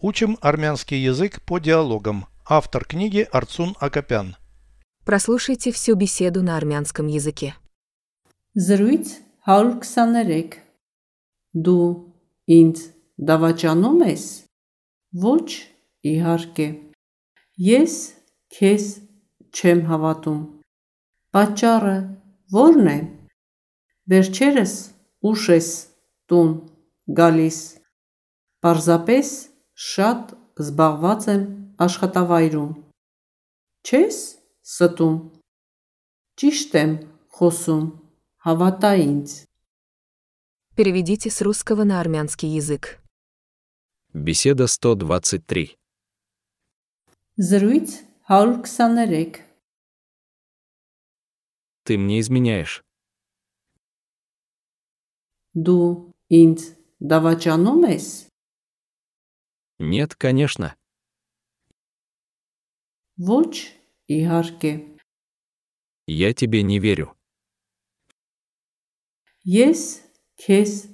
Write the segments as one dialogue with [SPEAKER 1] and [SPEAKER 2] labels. [SPEAKER 1] Учим армянский язык по диалогам. Автор книги Арцун Акопян.
[SPEAKER 2] Прослушайте всю беседу на армянском языке.
[SPEAKER 3] Զրույց 123 Դու ինձ դավաճանում ես? Ոչ, իհարկե։ Ես քեզ չեմ հավատում։ Պատճառը ո՞րն է։ Վերջերս ուշ ես տուն գալիս։ Պարզապես շատ զբաղված եմ աշխատավայրում։ Չես ստում։ Ճիշտ եմ խոսում։ Հավատա ինձ։
[SPEAKER 2] Переведите с русского на армянский язык.
[SPEAKER 4] Беседа 123.
[SPEAKER 3] Զրույց 123
[SPEAKER 4] Ты мне изменяешь.
[SPEAKER 3] Դու ինձ դավաճանում ես?
[SPEAKER 4] Нет, конечно.
[SPEAKER 3] Ոչ, իհարկե։
[SPEAKER 4] Я тебе не верю.
[SPEAKER 3] Ես քեզ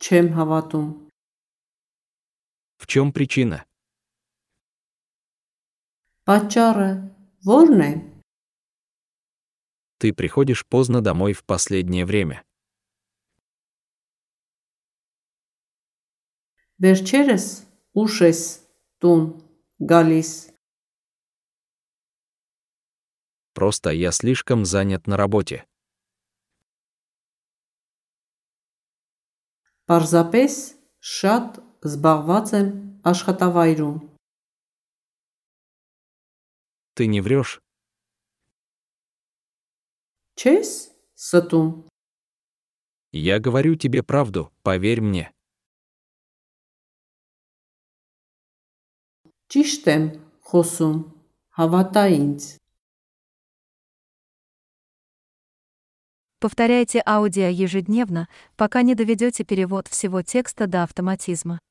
[SPEAKER 3] չեմ հավատում։
[SPEAKER 4] В чем причина?
[SPEAKER 3] Պատճառը ո՞րն է։
[SPEAKER 4] Ты приходишь поздно домой в последнее время.
[SPEAKER 3] Վերջերս ուշ ես տուն գալիս։
[SPEAKER 4] Просто я слишком занят на работе.
[SPEAKER 3] Պարզապես շատ զբաղված եմ աշխատավայրում։
[SPEAKER 4] Ты не врешь.
[SPEAKER 3] Չես ստում։
[SPEAKER 4] Я говорю тебе правду, поверь мне.
[SPEAKER 3] Ճիշտ եմ խոսում։ Հավատա ինձ։
[SPEAKER 5] Повторяйте аудио ежедневно, пока не доведете перевод всего текста до автоматизма.